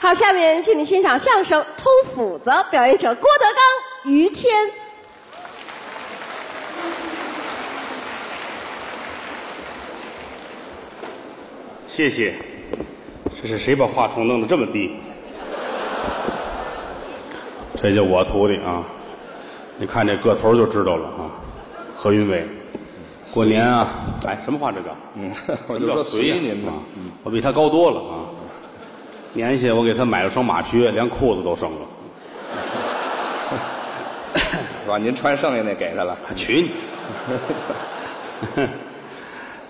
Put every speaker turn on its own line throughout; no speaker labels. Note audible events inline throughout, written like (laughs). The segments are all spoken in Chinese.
好，下面敬请欣赏相声《偷斧子》，表演者郭德纲、于谦。
谢谢。这是谁把话筒弄得这么低？这就我徒弟啊！你看这个头就知道了啊。何云伟，过年啊，哎，什么话这叫？
嗯，我就
叫
说
随呀
随您吧
啊。我比他高多了啊。年下我给他买了双马靴，连裤子都剩了。
是吧？您穿剩下那给他了，
啊，娶你！ (laughs)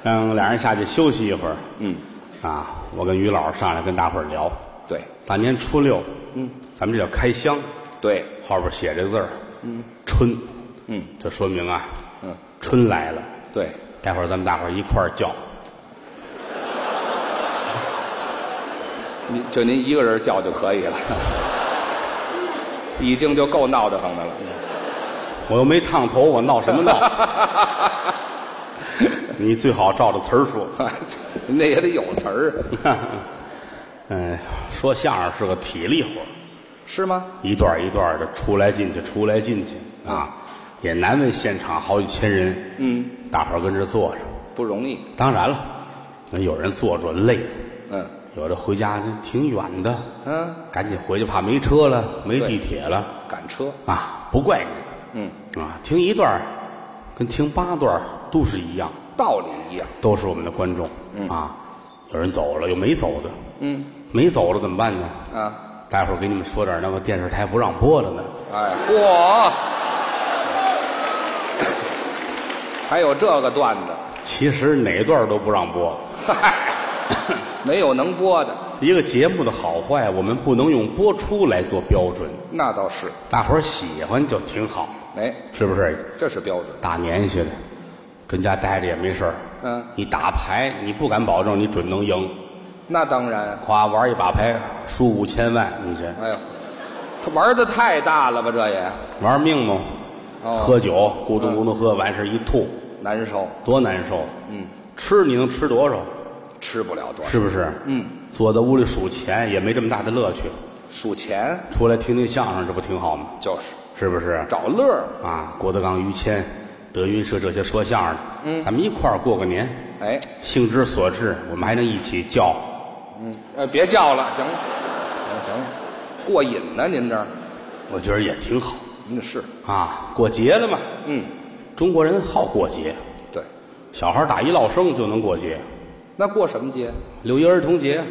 让俩人下去休息一会儿。
嗯，
啊，我跟于老师上来跟大伙儿聊，
对
大年初六，嗯，咱们这叫开箱，
对，
后边写这字儿，嗯，春，
嗯，
这说明啊，
嗯，
春来了。
对，
待会儿咱们大伙儿一块儿叫，
您就您一个人叫就可以了， (laughs) 已经就够闹得慌的了。 (laughs)
我又没烫头，我闹什么闹？
(laughs)
你最好照着词儿说。
那也得有词儿啊，
嗯，说相声是个体力活儿
是吗？
一段一段的出来进去，出来进去啊，也难为现场好几千人。
嗯，
大伙儿跟这坐着，
不容易。
当然了，那有人坐着累，
嗯
有的回家挺远的，
嗯，
赶紧回去，怕没车了，没
对
地铁了
赶车。
啊！不怪你
嗯，
啊，听一段儿跟听八段儿都是一样，
道理一样。
都是我们的观众、啊。有人走了，有没走的，
嗯
没走了怎么办呢？
啊，
待会儿给你们说点儿那个电视台不让播的呢。
哎，嚯， (coughs) 还有这个段子，
其实哪段儿都不让播，
嗨，没有能播的，
一个节目的好坏，我们不能用播出来做标准。
那倒是。
大伙儿喜欢就挺好，
哎，
是不是？
这是标准。
大年下的，跟家待着也没事儿。
嗯
你打牌，你不敢保证你准能赢。
那当然。啊
夸玩一把牌，输五千万，你这
哎呦，他玩的太大了吧？这也
玩命吗？
哦
喝酒咕咚咕咚喝，完事一吐，
难受，
多难受。
嗯，
吃你能吃多少？
吃不了多少。
是不是？
嗯，
坐在屋里数钱也没这么大的乐趣。
数钱
出来听听相声，这不挺好吗？
就是
是不是？
找乐儿。
啊，郭德纲、于谦、德云社这些说相声的，嗯，咱们一块儿过个年，
哎，
兴之所至，我们还能一起叫。
嗯，呃，别叫了，行了，行行了，过瘾呢、您这儿，
我觉得也挺好
那是，
啊。过节了嘛，
嗯，
中国人好过节，
对。
小孩打一落生就能过节，
那过什么节？
六一儿童节，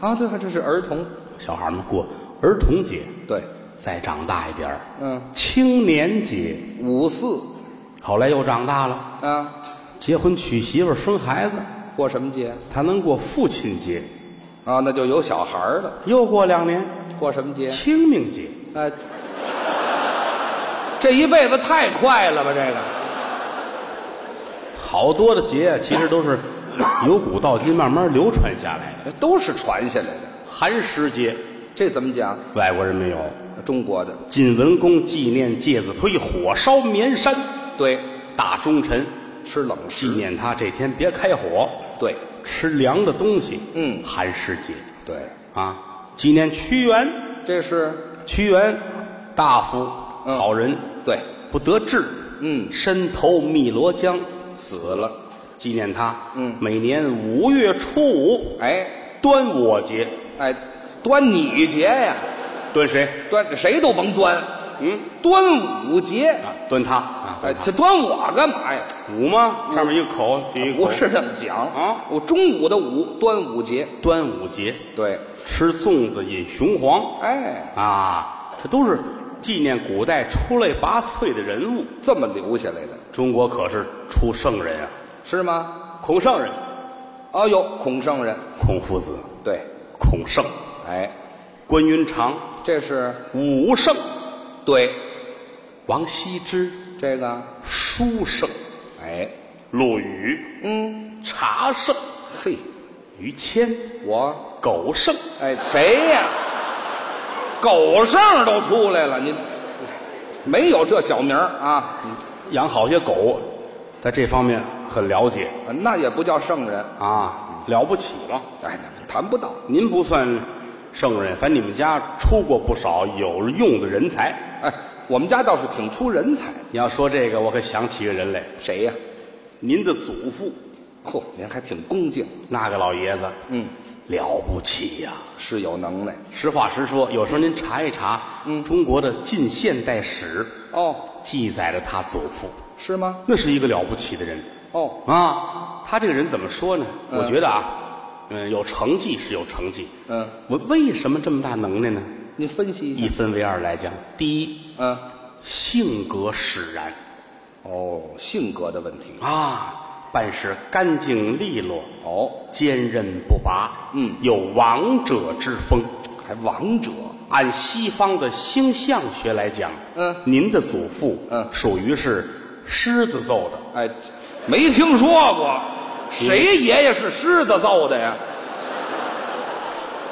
啊，对，这是儿童，
小孩们过儿童节，
对，
再长大一点儿，
嗯，
青年节。
五四
后来又长大了，
啊，
结婚娶媳妇儿生孩子，
过什么节？
他能过父亲节，
啊，那就有小孩儿了，
又过两年
过什么节？
清明节。
啊，这一辈子太快了吧？这个
好多的节啊其实都是由古到今慢慢流传下来的。
这都是传下来的。
寒食节
这怎么讲？
外国人没有，
中国的
晋文公纪念介子推火烧绵山，
对，
大忠臣
吃冷
纪
食，
念他这天别开火，
对
吃凉的东西。
嗯
寒食节
对，
啊，纪念屈原，
这是
屈原大夫
嗯
好人，
对
不得志，
嗯
身投汨罗江，
死了。
纪念他。
嗯
每年五月初五，
哎
端午节，
哎，端你节呀，
端谁？
端谁都甭端，
嗯。
端午节。
啊，端它啊，
哎，
端
这端我干嘛呀？
它五吗？上面一个口，底下一个口
不是这么讲
啊
我中午的午，端午节。
端午节
对，
吃粽子饮雄黄
哎，
啊，这都是纪念古代出类拔萃的人物。
这么留下来的
中国可是出圣人啊，
是吗？
孔圣人、
哦呦，孔圣人，
孔夫子、
对，
孔圣、
哎，
关云长、
这是
武圣、
对
王羲之、
这个，
书圣、
哎，
陆羽、
嗯，
茶圣、
嘿，
于谦、
我
狗圣。
哎，谁呀？狗剩儿都出来了，您没有这小名儿啊？
养好些狗，在这方面很了解
那也不叫圣人，
啊，了不起了。
哎，谈不到。
您不算圣人，反正你们家出过不少有用的人才。
哎，我们家倒是挺出人才。
你要说这个，我可想起一个人来，
谁呀、
您的祖父
嚯、您还挺恭敬，
那个老爷子，
嗯，
了不起呀、
是有能耐。
实话实说，有时候您查一查，嗯，中国的近现代史
哦，
记载了他祖父，
是吗？
那是一个了不起的人
哦，
啊。他这个人怎么说呢？
嗯
我觉得啊，嗯，有成绩是有成绩，
嗯，
我为什么这么大能耐呢？
您分析
一
一下。
分为二来讲，第一，
嗯，
性格使然
哦，性格的问题。
啊，办事干净利落，
哦，
坚韧不拔，
嗯
有王者之风。
还王者。
按西方的星象学来讲，
嗯
您的祖父，
嗯
属于是狮子座的，
哎，没听说过，谁爷爷是狮子揍的呀？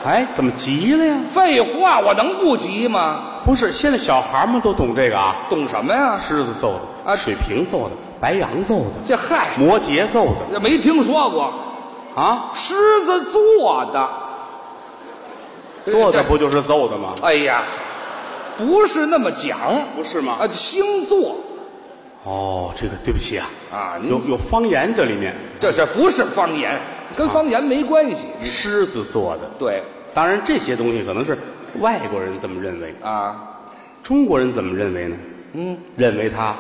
哎，怎么急了呀？
废话，我能不急吗？
不是，现在小孩们都懂这个啊，
懂什么呀？
狮子座的，
啊
水瓶座的，白羊座的，
这嗨，
摩羯座的
这没听说过，
啊，
狮子座的。
做的
这
不就是揍的吗？
哎呀，不是那么讲
不是吗？
啊，星座
哦，这个对不起啊，
啊，您
有有方言这里面，
这是不是方
啊
言？跟方言没关系。
狮子座的，
对
当然这些东西可能是外国人这么认为，
啊，
中国人怎么认为呢？
嗯，
认为他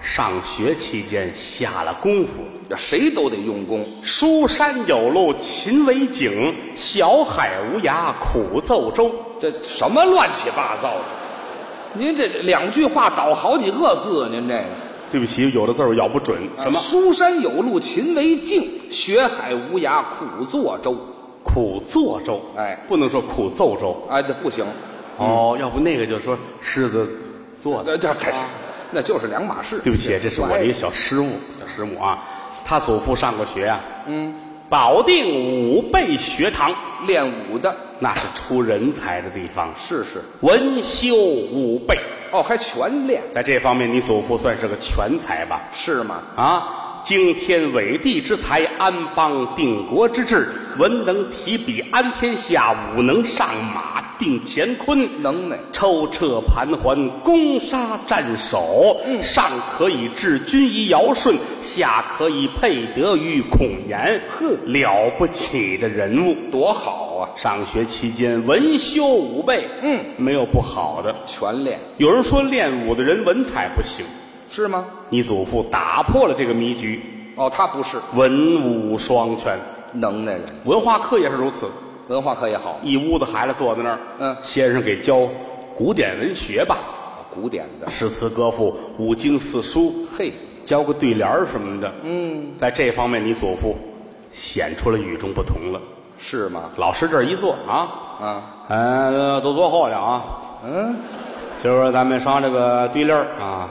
上学期间下了功夫。
这谁都得用功。
书山有路勤为径，小海无涯苦奏舟。
这什么乱七八糟的？您这两句话倒好几个字，啊您这个
对不起，有的字儿我咬不准。什么
书山有路勤为径，学海无涯苦作舟。
苦作舟？
哎
不能说苦奏舟。
哎，这不行，
哦，要不那个就说狮子座的。
这这这，那就是两码事。
对不起，这是我的一个小失误，小失误啊。他祖父上过学啊，嗯，保定武备学堂，
练武的，
那是出人才的地方，
是是。
文修武备。
哦，还全练
在这方面，你祖父算是个全才吧？
是吗？
啊，惊天伟地之才，安邦定国之志，文能提笔安天下，武能上马定乾坤。
能耐
抽撤盘桓，攻杀战守，
嗯
上可以治军于尧舜，下可以配德于孔颜，
哼
了不起的人物。
多好啊！
上学期间文修武备，
嗯，
没有不好的。
全练
有人说练武的人文采不行，
是吗？
你祖父打破了这个迷局，
哦，他不是
文武双全，
能耐人，
文化课也是如此。
文化课也好，
一屋子孩子坐在那儿，
嗯
先生给教古典文学吧，
古典的，
诗词歌赋、五经四书，
嘿，
教个对联儿什么的。
嗯，
在这方面，你祖父显出了与众不同了。
是吗？
老师这儿一坐啊，
啊，
呃，都坐后了啊。
嗯，
今儿咱们上这个对联儿啊，
啊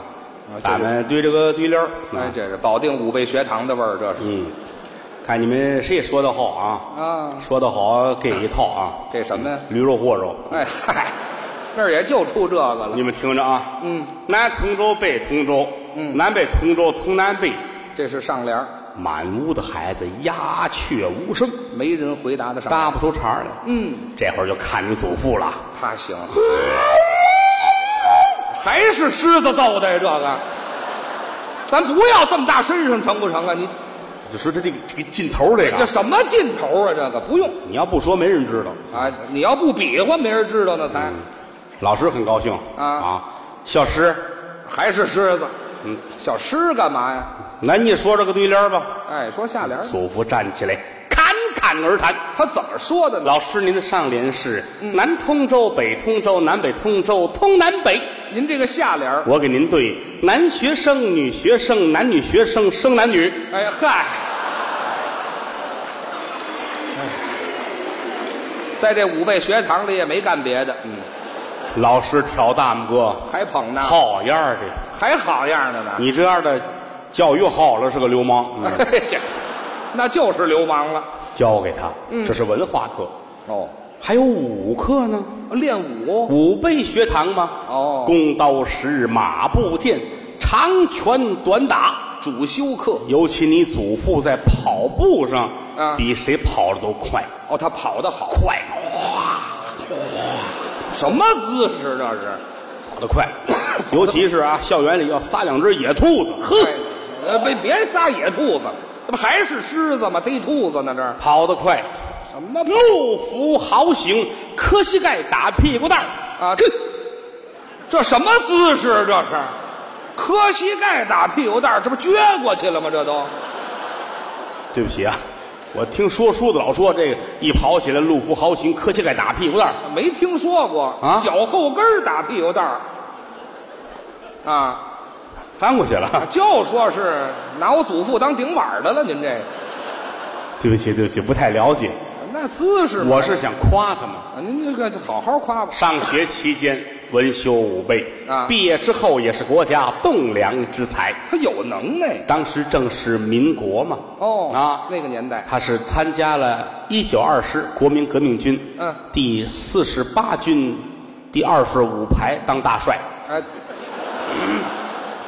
咱们对这个对联儿。
哎，
啊
这是保定五味学堂的味儿，这是
嗯，看你们谁说的好啊？
啊，
说的好，给一套啊。
给什么呀
驴肉和肉。
哎嗨，那儿也就出这个了
你。们听着啊，
嗯，
南通州，北通州，
嗯
南北通州，通南北，
这是上联儿，
满屋的孩子鸦雀无声，
没人回答得上。
搭不出茬儿来。
嗯，
这会儿就看你祖父了，
他行，还是狮子揍的呀？这个，咱不要这么大身上成不成啊？你
就说他这个这个劲头儿这
这
个，
什么劲头啊？这个不用
你要不说没人知道。
啊！你要不比划，没人知道那才、
嗯老师很高兴
啊
小石，
还是狮子。
嗯，
小狮干嘛呀？
那你说这个对联儿吧。
哎，说下联儿，
祖父站起来，侃侃而谈。
他怎么说的呢？
老师，您的上联是、
嗯
南通州、北通州、南北通州、通南北。
您这个下联儿，
我给您对男学生、女学生、男女学生、生男女。
哎嗨。在这五味学堂里也没干别的，嗯，
老师挑大拇哥，
还捧呢，
好嗯样儿的！
还好样的呢。 (laughs)
你这样的教育好了是个流氓，嗯、
这那就是流氓了。
教给他，
嗯
这是文化课，
哦，啊
还有武课呢，
练武
武备学堂吗？
哦
弓刀石，马步剑，长拳短打。
主修课。
尤其你祖父在跑步上，
啊
比谁跑的都快，
哦，他跑得好，
快，
什么姿势这是？
跑得
(coughs)
快，尤其是啊，校园里要撒两只野兔子，呵，
哎呃，别别撒野兔子，这不还是狮子吗？逮兔子呢这儿
跑得快，
什么
路伏豪行，磕膝盖打屁股蛋儿
啊？这这什么姿势啊这是？磕膝盖打屁股蛋儿，这不撅过去了吗？这都
对不起啊，我听说书的老说这个一跑起来路伏豪行，磕膝盖打屁股蛋儿，
没听说过
啊
脚后跟儿打屁股蛋儿啊？
翻过去了。 (laughs)
就说是拿我祖父当顶碗儿的了，您这
对不起，对不起，不太了解。
那姿势嘛，
我是想夸他们。
啊您这个就好好夸吧。
上学期间文修武备
啊
毕业之后也是国家栋梁之才。
他有能耐
当时正是民国嘛，
哦
啊，
那个年代
他是参加了一九二师国民革命军，
嗯
第四十八军第二十五排当大帅，
哎，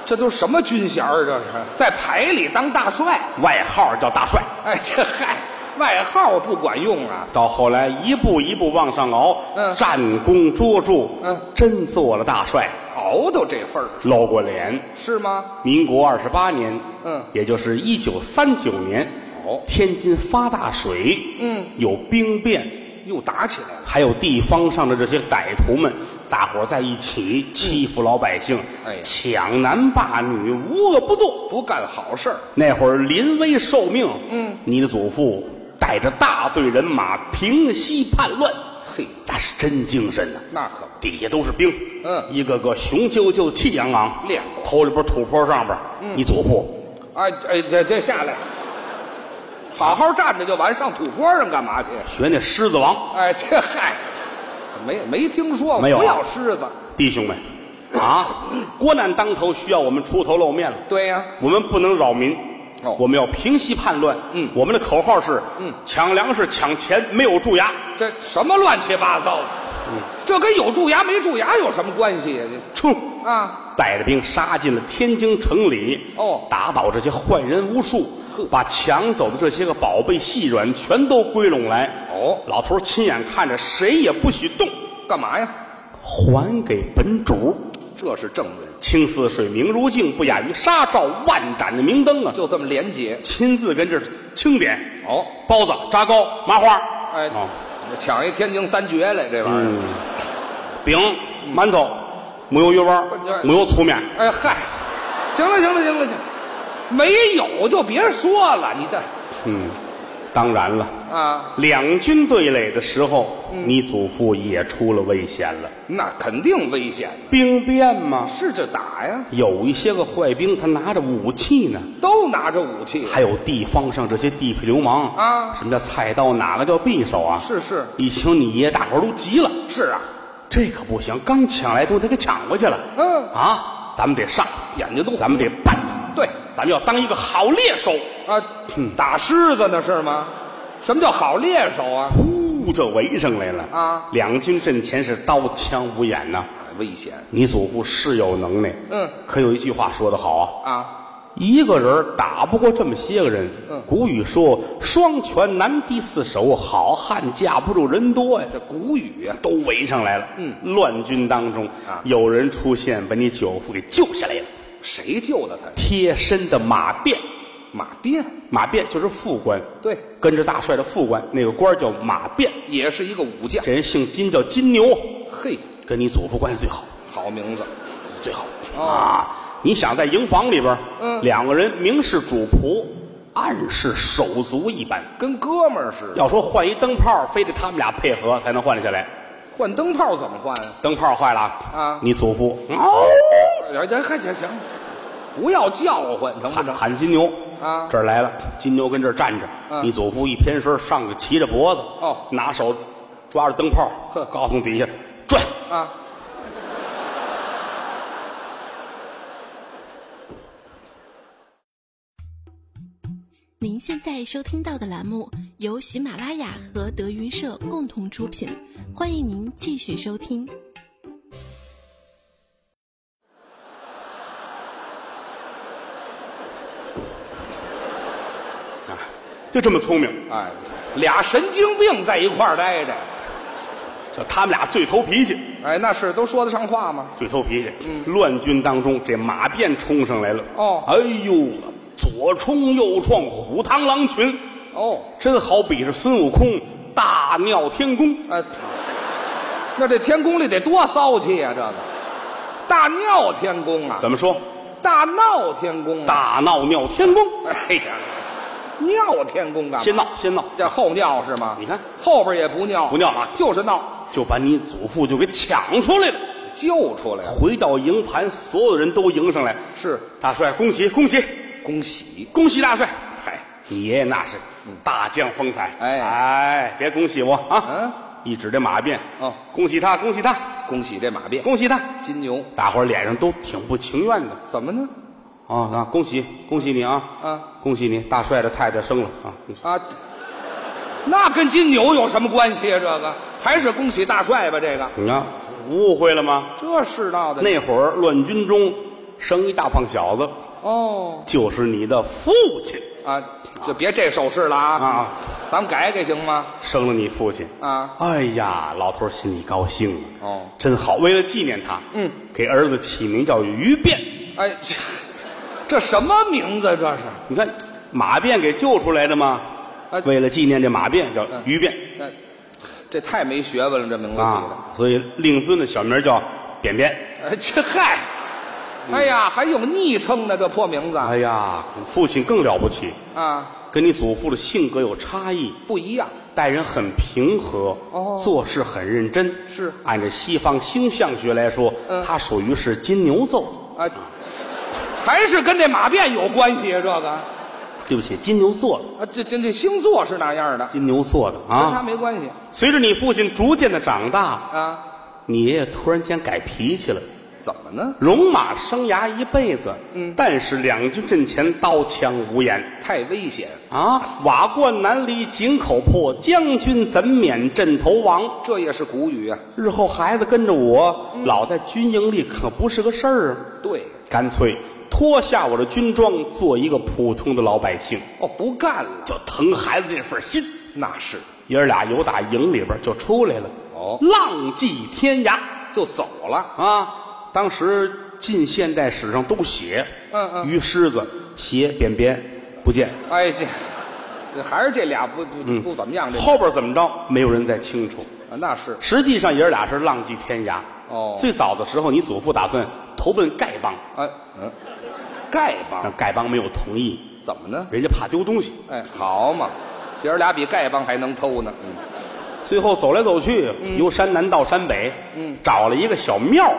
这都是什么军衔儿？啊这是在排里当大帅？
外号叫大帅。
哎，这嗨，外号不管用啊！
到后来一步一步往上熬，
嗯
战功卓著，
嗯
真做了大帅，
熬到这份儿
露过脸。
是吗？
民国二十八年，
嗯
也就是一九三九年，
哦
天津发大水，
嗯，
有兵变，
又打起来了。
还有地方上的这些歹徒们，大伙儿在一起欺负老百姓，
嗯哎呀
抢男霸女，无恶不作。
不干好事儿，
那会儿临危受命，
嗯，
你的祖父带着大队人马平息叛乱，
嘿，
那是真精神呐、
那可不
底下都是兵，
嗯
一个个雄赳赳、气昂昂，
练过嗯
头里边土坡上边，你祖父
哎哎，这这下来，好好站着就完，上土坡上干嘛去？
学那狮子王，
哎，这嗨，没没听说过，
没有啊
不要狮子，
弟兄们，
(laughs)
啊，国难当头，需要我们出头露面了。
对呀、
我们不能扰民，
哦
我们要平息叛乱。
嗯
我们的口号是：
嗯，
抢粮食、抢钱，没有蛀牙，
这什么乱七八糟的？
嗯
这跟有蛀牙没蛀牙有什么关系呀、
冲！
这啊，
带着兵杀进了天津城里，
哦
打倒这些坏人无数，把抢走的这些个宝贝细软全都归拢来。
哦
老头亲眼看着，谁也不许动，
干嘛呀？
还给本主。
这是正人，
清似水，明如镜，不亚于纱罩，万盏的明灯啊！
就这么廉洁。
亲自跟这儿清点，
哦，
包子、炸糕、麻花，
哎，
啊
抢一天津三绝来，这玩意儿。
嗯，饼、馒头、母油鱼丸
不是、
母油粗面，
哎嗨，行了行了行了，没有就别说了，你这
嗯，当然了，
啊，
两军对垒的时候，
嗯
你祖父也出了危险了，
那肯定危险的，
兵变嘛。
是这打呀，
有一些个坏兵，他拿着武器呢，
都拿着武器，
还有地方上这些地痞流氓
啊
什么叫菜刀，哪个叫匕首啊？
是是
一听你爷，大伙儿都急了，
是啊，
这可不行，刚抢来东西，他给抢过去了，
嗯
啊，咱们得上，
眼睛都
咱们得办他，
对
咱们要当一个好猎手。
啊，打狮子呢是吗？什么叫好猎手啊？
呼就围上来了
啊
两军阵前是刀枪无眼呐、
危险
你祖父是有能耐，
嗯，
可有一句话说得好啊，
啊，
一个人打不过这么些个人。
嗯
古语说“双拳难敌四手”，好汉架不住人多呀。
这古语啊，
都围上来了，
嗯，
乱军当中
啊
有人出现，把你舅父给救下来了。
谁救的他？
贴身的马便，
马鞭，
马便就是副官，
对，
跟着大帅的副官，那个官儿叫马便。
也是一个武将。
这人姓金，叫金牛，
嘿，
跟你祖父关系最好，
好名字，
最好、
哦
啊！你想在营房里边，
嗯
两个人明是主仆，暗是手足一般。
跟哥们儿似的。
要说换一灯泡，非得他们俩配合才能换得下来。
换灯泡怎么换啊？
灯泡坏了
啊
你祖父嗯嗷
哎，行行行行，不要叫唤，成不
喊
成？
喊金牛
啊
这儿来了，金牛跟这儿站着，
嗯
你祖父一偏身上去，骑着脖子，
哦
拿手抓着灯泡
呵，
告诉底下转，
啊，
您现在收听到的栏目由喜马拉雅和德云社共同出品，欢迎您继续收听。
就这么聪明。
哎，俩神经病在一块儿待着，
就他们俩最投脾气，
哎，那是都说得上话吗？
最投脾气。乱军当中，这马便冲上来了。
嗯哦
哎呦，左冲右撞，虎螳螂群，
哦，
真好比是孙悟空大闹天宫。
哎，那这天宫里得多骚气呀、这个大尿天宫啊，
怎么说？
大闹天宫啊，
大闹尿天宫，
哎呀，尿天宫干嘛？
先闹先闹，
这后尿是吗？
你看
后边也不尿，
不尿了
就是闹，
啊就把你祖父就给抢出来了。
救出来了，
回到营盘，所有人都迎上来，
是
大帅恭喜恭喜
恭喜。
恭喜大帅！嗨，你爷爷那是大将风采。
嗯哎
哎，别恭喜我啊！
嗯，
一指这马鞭，
哦
恭喜他，恭喜他，
恭喜这马鞭，
恭喜他！
金牛
大伙儿脸上都挺不情愿的
怎么呢？
啊啊！恭喜恭喜你啊！
啊，
恭喜你，大帅的太太生了啊！恭喜
啊，那跟金牛有什么关系啊？这个还是恭喜大帅吧，这个
你看，误会了吗？
这世道的
那会儿乱军中生一大胖小子，
哦
就是你的父亲
啊，就别这手势了啊
啊，
咱们改改行吗？
生了你父亲。
啊，
哎呀，老头儿心里高兴啊
哦，
真好。为了纪念他，
嗯，
给儿子起名叫于变。
哎，这这什么名字啊这是？
你看，马变给救出来的嘛，
啊
为了纪念这马变，叫
嗯
于变、
哎这太没学问了，这名字起的。
啊，所以令尊的小名叫扁扁。
哎，这嗨，
嗯
哎呀，还有昵称呢，这破名字
哎呀，父亲更了不起，
啊，
跟你祖父的性格有差异，
不一样。
待人很平和，
哦
做事很认真。
是
按照西方星象学来说，
嗯
他属于是金牛座。
啊，还是跟这马变有关系啊？这个啊，
对不起，金牛座的，
这这这星座是哪样的？
金牛座的
跟他
啊。
没关系
随着你父亲逐渐的长大，
啊？
你爷爷突然间改脾气了。
怎么呢？
戎马生涯一辈子，
嗯
但是两军阵前刀枪无眼
太危险，
啊！瓦罐难离井口破，将军怎免阵头亡？
这也是古语啊。
日后孩子跟着我，
嗯
老在军营里可不是个事儿啊。
对，
干脆脱下我的军装，做一个普通的老百姓，
哦，不干了，
就疼孩子这份心。
那是
爷儿俩由打营里边就出来了，
哦
浪迹天涯
就走了。
啊！当时近现代史上都写，
嗯嗯
鱼狮子、斜扁扁不见，
哎，这这还是这俩不不不怎么样，这
后边怎么着没有人再清楚。
啊那是
实际上，爷儿俩是浪迹天涯。
哦
最早的时候，你祖父打算投奔丐帮，
哎嗯，丐帮
但丐帮没有同意，
怎么呢？
人家怕丢东西。
哎，好嘛，爷儿俩比丐帮还能偷呢。嗯，
最后走来走去，由山南到山北，
嗯
找了一个小庙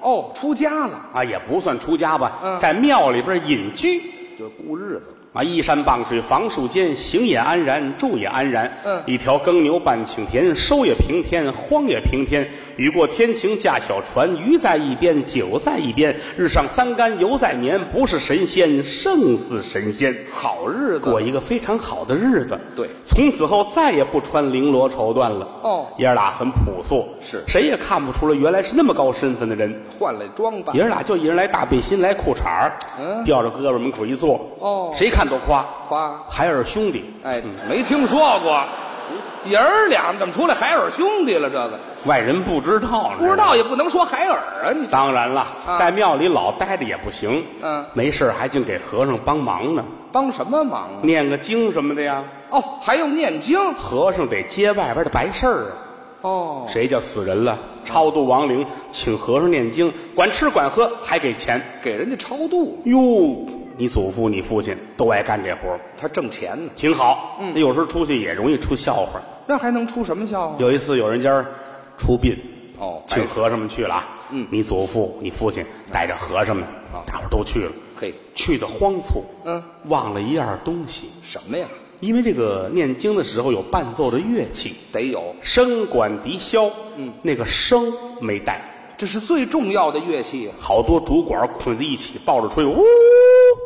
哦，出家了，
啊，也不算出家吧，
嗯
在庙里边隐居
就过日子。
啊，依山傍水，房树间，行也安然，住也安然。
嗯
一条耕牛半顷田，收也平天，荒也平天。雨过天晴驾小船，鱼在一边，酒在一边。日上三竿犹在眠，不是神仙胜似神仙。
好日子
过一个非常好的日子。
对
从此后再也不穿绫罗绸缎了。
哦
爷儿俩很朴素，
是
谁也看不出来原来是那么高身份的人。
换了装扮
爷，儿俩就一人来大背心，来裤衩儿
嗯
吊着胳膊门口一坐，
哦
谁看都夸
夸
海尔兄弟。
哎，没听说过。爷儿俩怎么出来海尔兄弟了？这个
外人不知道，
不知道
也。
也不能说海尔啊！你这
当然了，
啊
在庙里老待着也不行。
嗯
没事儿还净给和尚帮忙呢，
帮什么忙啊？
念个经什么的呀。
哦，还用念经
和尚得接外边的白事儿啊。
哦，嗯
谁叫死人了？超度亡灵，请和尚念经，管吃管喝，还给钱。
给人家超度，
哟，你祖父、你父亲都爱干这活儿
他挣钱呢，
挺好。嗯，有时候出去也容易出笑话。
那还能出什么笑话？
有一次有人家儿出殡，
哦
请
白
和尚们去了啊。
嗯
你祖父、你父亲带着和尚们
啊，
大伙儿都去了，
嘿，
去的慌促，
嗯，
忘了一样东西，
什么呀？
因为这个念经的时候有伴奏的乐器，
得有，
笙管笛箫，
嗯，
那个笙没带。
这是最重要的乐器啊呀
好多主管捆在一起抱着吹，呜，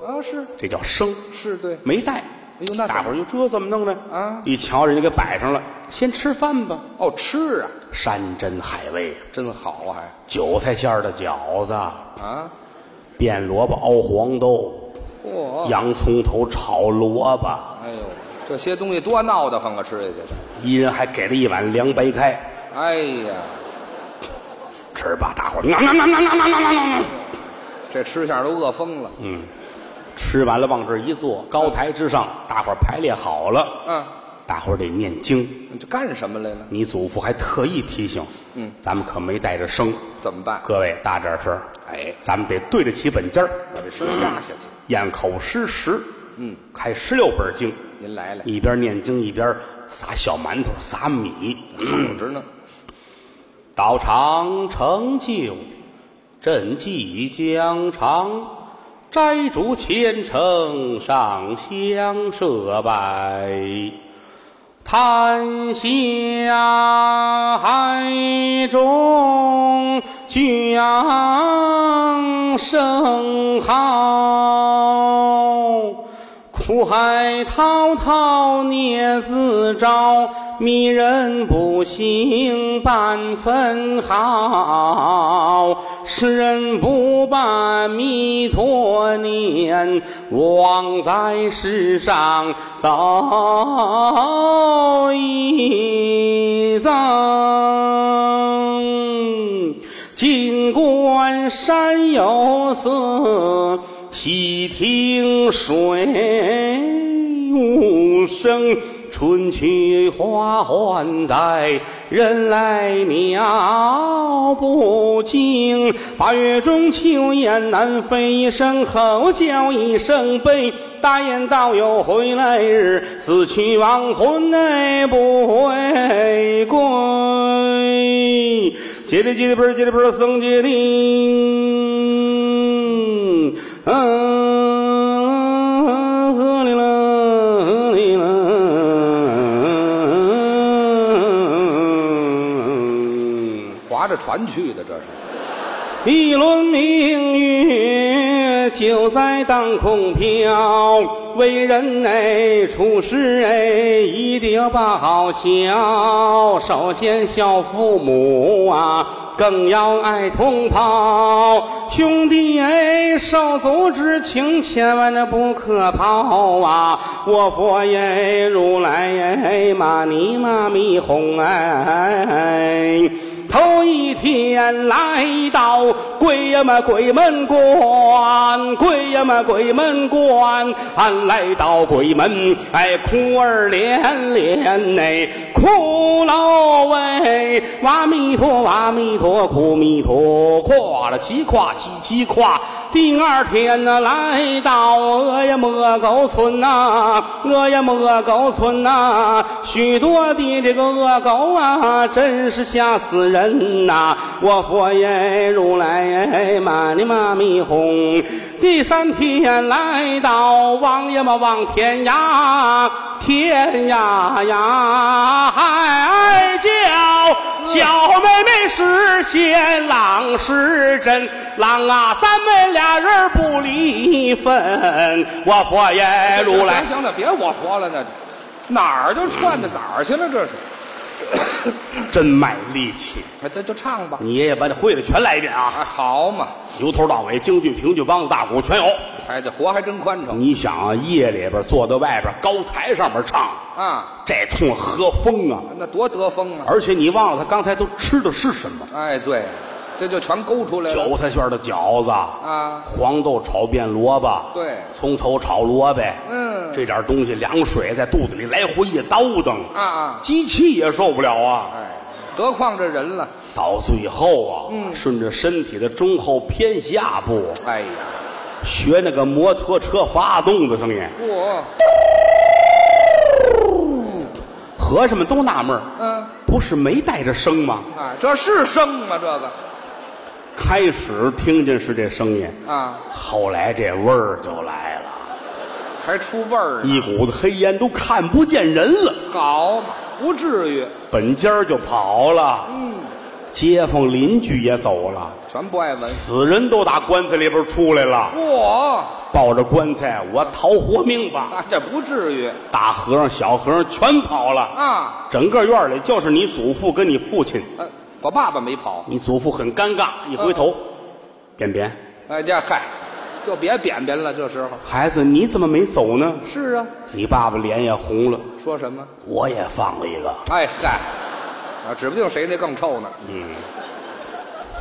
啊！是
这叫生，
是，对，
没带。
哎呦那怎么
大伙儿就这怎么弄呢？
啊
一瞧人家给摆上了，先吃饭吧。
哦，吃啊，
山珍海味，
真好啊，
韭菜馅儿的饺子，
还啊，
变萝卜熬黄豆，
嚯，
洋葱头炒萝卜，
哎呦，这些东西多闹得慌啊！吃下去的，
一人还给了一碗凉白开。
哎呀，
吃吧，大伙儿，啊啊啊啊啊啊啊啊啊
这吃相都饿疯了。
嗯，吃完了往这儿一坐，高台之上，大伙儿排列好了，
嗯，
大伙儿得念经。
你这干什么来了？
你祖父还特意提醒，
嗯，
咱们可没带着生，
怎么办？
各位大点声儿，
哎
咱们得对得起本家儿，
把这声压下去。
咽口失食，
嗯，
开十六本经，
您来了，
一边念经一边撒小馒头撒米，
口着呢。
道长成就，朕即将长，摘竹千层上香设拜，檀香海中响声号。苦海滔滔孽自招，迷人不醒半分好。世人不把弥陀念，枉在世上走一遭。金关山有色，细听水无声。春去花还在，人来鸟不惊。八月中秋雁南飞，一声吼叫一声悲。大雁道有回来日，死去亡魂哎不回归。叽里叽里嘣儿，叽里嘣儿，僧叽里，啊，喝里啦，喝里啦。
划着船去的，这是
一轮明月就在当空飘，为人哎处事哎一定要把好孝，首先孝父母啊，更要爱同胞，兄弟哎手足之情千万的不可抛啊！我佛耶如来耶玛尼玛咪吽哎。头一天来到鬼呀嘛鬼门关，鬼呀嘛鬼门关，俺来到鬼门，哎，哭儿连连哎，哭喽喂，哇弥陀哇弥陀，苦弥陀，跨了七跨七七跨。第二天呢，来到鹅呀么狗村呐、鹅呀么狗村呐、许多的这个恶狗啊，真是吓死人呐、我佛耶如来耶，玛尼玛咪吽。第三天来到王爷嘛望天涯，天涯呀，海叫小妹妹是仙郎是真郎啊，咱们俩人不离分。我佛耶如哎来
行。行了，别我活了，那就哪儿就串到哪儿去了？这是，
真卖力气，
哎，这就唱吧。
你爷爷把这会的全来一遍啊，
啊，好嘛，
由头到尾，京剧、评剧、梆子、大鼓全有。
哎，这活还真宽敞
你想啊，夜里边坐到外边高台上面唱，
啊！
这通喝风啊！
那多得风啊！
而且你忘了他刚才都吃的是什么？
哎，对，这就全勾出来了。
韭菜馅儿的饺子
啊
黄豆炒变萝卜，
对
葱头炒萝卜，
嗯
这点东西凉水在肚子里来回一叨腾，
啊啊！
机器也受不了啊！
哎，何况这人了？
到最后啊，
嗯
顺着身体的中后偏下部，
哎呀，
学那个摩托车发动的声音，
我，
和尚们都纳闷儿
嗯
不是没带着声吗？
啊，这是生吗？这个
开始听见是这声音，
啊，
后来这味儿就来了，
还出味儿呢。
一股子黑烟都看不见人了，
好嘛，不至于，
本家儿就跑了，
嗯，
街坊邻居也走了，
全不爱闻。
死人都打棺材里边出来了，
我，
抱着棺材我逃活命吧！
啊，这不至于
大和尚、小和尚全跑了，
啊。
整个院儿里就是你祖父跟你父亲，
呃，我爸爸没跑。
你祖父很尴尬，一回头，扁扁。
哎，这嗨，就别扁扁了，这时候。
孩子，你怎么没走呢？
是啊，
你爸爸脸也红了，
说什么？
我也放了一个。
哎嗨，啊，指不定谁那更臭呢。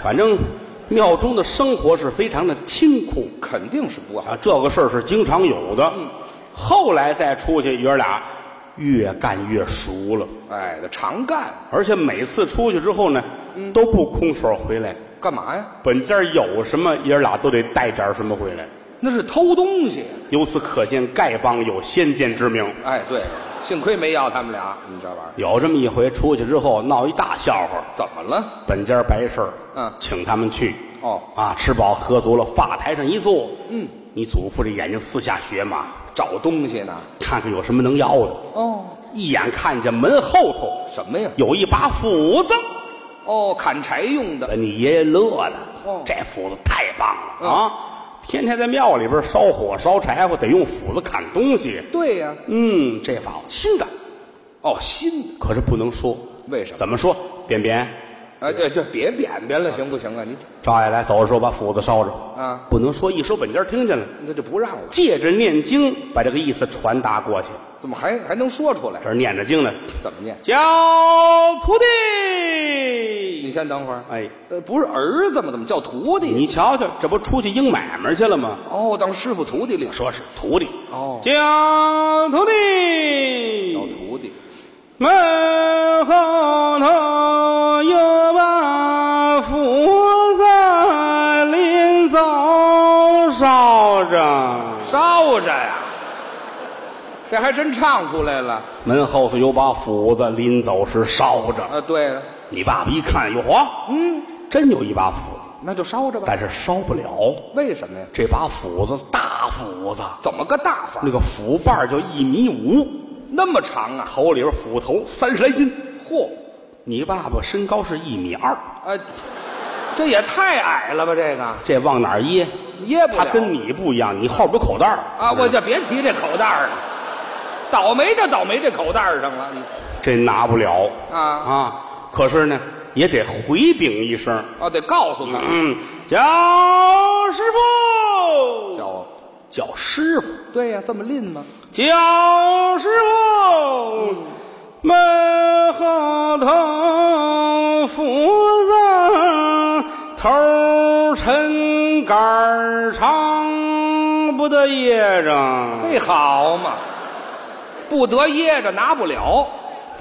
反正庙中的生活是非常的清苦
肯定是不好。
啊，这个事儿是经常有的。后来再出去，爷儿俩越干越熟了，
哎，这常干
而且每次出去之后呢，都不空手回来。
干嘛呀？
本家有什么，爷儿俩都得带点儿什么回来。
那是偷东西。
由此可见，丐帮有先见之明。
哎，对，幸亏没要他们俩，你这玩意儿
有这么一回，出去之后闹一大笑话，
怎么了？
本家白事儿，
嗯
请他们去，
哦
啊，吃饱喝足了，发台上一坐，
嗯，
你祖父这眼睛四下学嘛，
找东西呢？
看看有什么能要的，
哦，
一眼看见门后头
什么呀？
有一把斧子，
哦，砍柴用的。
你爷爷乐的，
哦
这斧子太棒了、
嗯
啊！天天在庙里边烧火烧柴火，得用斧子砍东西，
对呀、
嗯，这法我新的，
哦，新的。
可是不能说，
为什么
怎么说？便便，
哎，对对，别扁扁了，行不行啊？你
赵爷来走的时候把斧子烧着，
啊
不能说，一说本家听见了。
那就不让了，
借着念经把这个意思传达过去。
怎么还还能说出来
这？儿念着经呢，
怎么念？
教徒
你
弟。
先等会儿。
哎，
呃，不是儿子吗？怎么叫徒弟？
你瞧瞧，这不出去应买卖去了吗？
哦，当师傅徒弟领
说是徒弟
哦
教徒弟，
叫徒弟。
门后头有把斧子，临走烧着。
烧着呀，这还真唱出来了
门后头有把斧子，临走时烧着。
啊！对了，
你爸爸一看，哟嚯，嗯，真有一把斧子，
那就烧着吧。
但是烧不了。
为什么呀？
这把斧子大斧子，
怎么个大法？
那个斧把儿就一米五，
那么长啊？
头里边斧头三十来斤。
嚯，
你爸爸身高是一米二，
哎，这也太矮了吧？这个
这往哪儿掖？
噎不了
他跟你不一样，你后边有口袋儿
啊！我就别提这口袋儿了，倒霉就倒霉这口袋儿上了。你
这拿不了
啊
啊！可是呢，也得回禀一声，
哦，得告诉他，
嗯，叫师傅，
叫我。
叫师傅。
对呀、这么拎吗？
叫师傅，门后头斧子头抻杆儿长，不得噎着。
这好嘛，不得噎着，拿不了。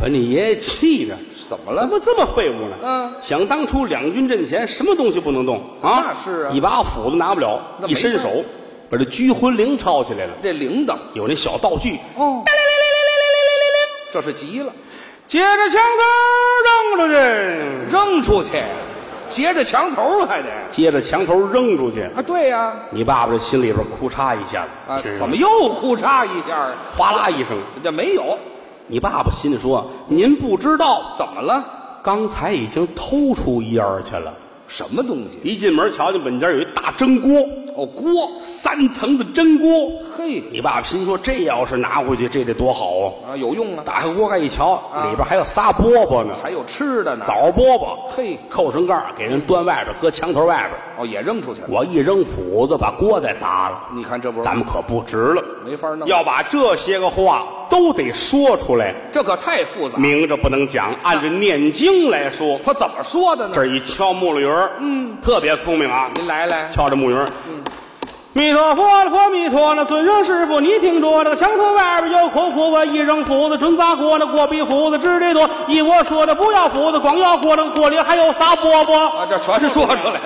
把哎你爷爷气的，
怎么了
怎么这么废物呢？
嗯
想当初两军阵前，什么东西不能动啊？
那是啊
一把斧子拿不了，
那
一
没
伸
办
手
法
把这拘魂铃抄起来了，
这铃铛，
有那小道具，
哦，这是急了。
接着枪杆儿扔出去。
扔出去，截着墙头还得
接着墙头扔出去。
啊，对呀、
你爸爸这心里边哭嚓一下子，
啊，
听着
怎么又哭嚓一下啊？
哗啦一声？
这没有，
你爸爸心里说：“您不知道，
怎么了？
刚才已经偷出一二去了。
什么东西？
一进门瞧见本家有一大蒸锅，
哦，锅，
三层的蒸锅。
嘿
你爸爸心说：这要是拿回去，这得多好啊！
啊，有用啊，
打开锅盖一瞧，里边还有仨饽饽呢，
还有吃的呢，
枣饽饽。
嘿
扣上盖儿给人端外边，搁墙头外边。
哦，也扔出去了。
我一扔斧子，把锅再砸了。
你看这不是
咱们可不值了。”
没法弄，
要把这些个话都得说出来，
这可太复杂。
明着不能讲，按着念经来说。
他怎么说的呢？
这儿一敲木了鱼儿，嗯，特别聪明啊！
您来来，
敲着木鱼儿，弥陀佛了，佛弥陀了，尊生师傅你听着，这个墙头外边有口苦，我一扔斧子准砸锅了，锅比斧子值得多。依我说的不要斧子，光要锅了，锅里还有仨饽饽。
啊，这全说出来了。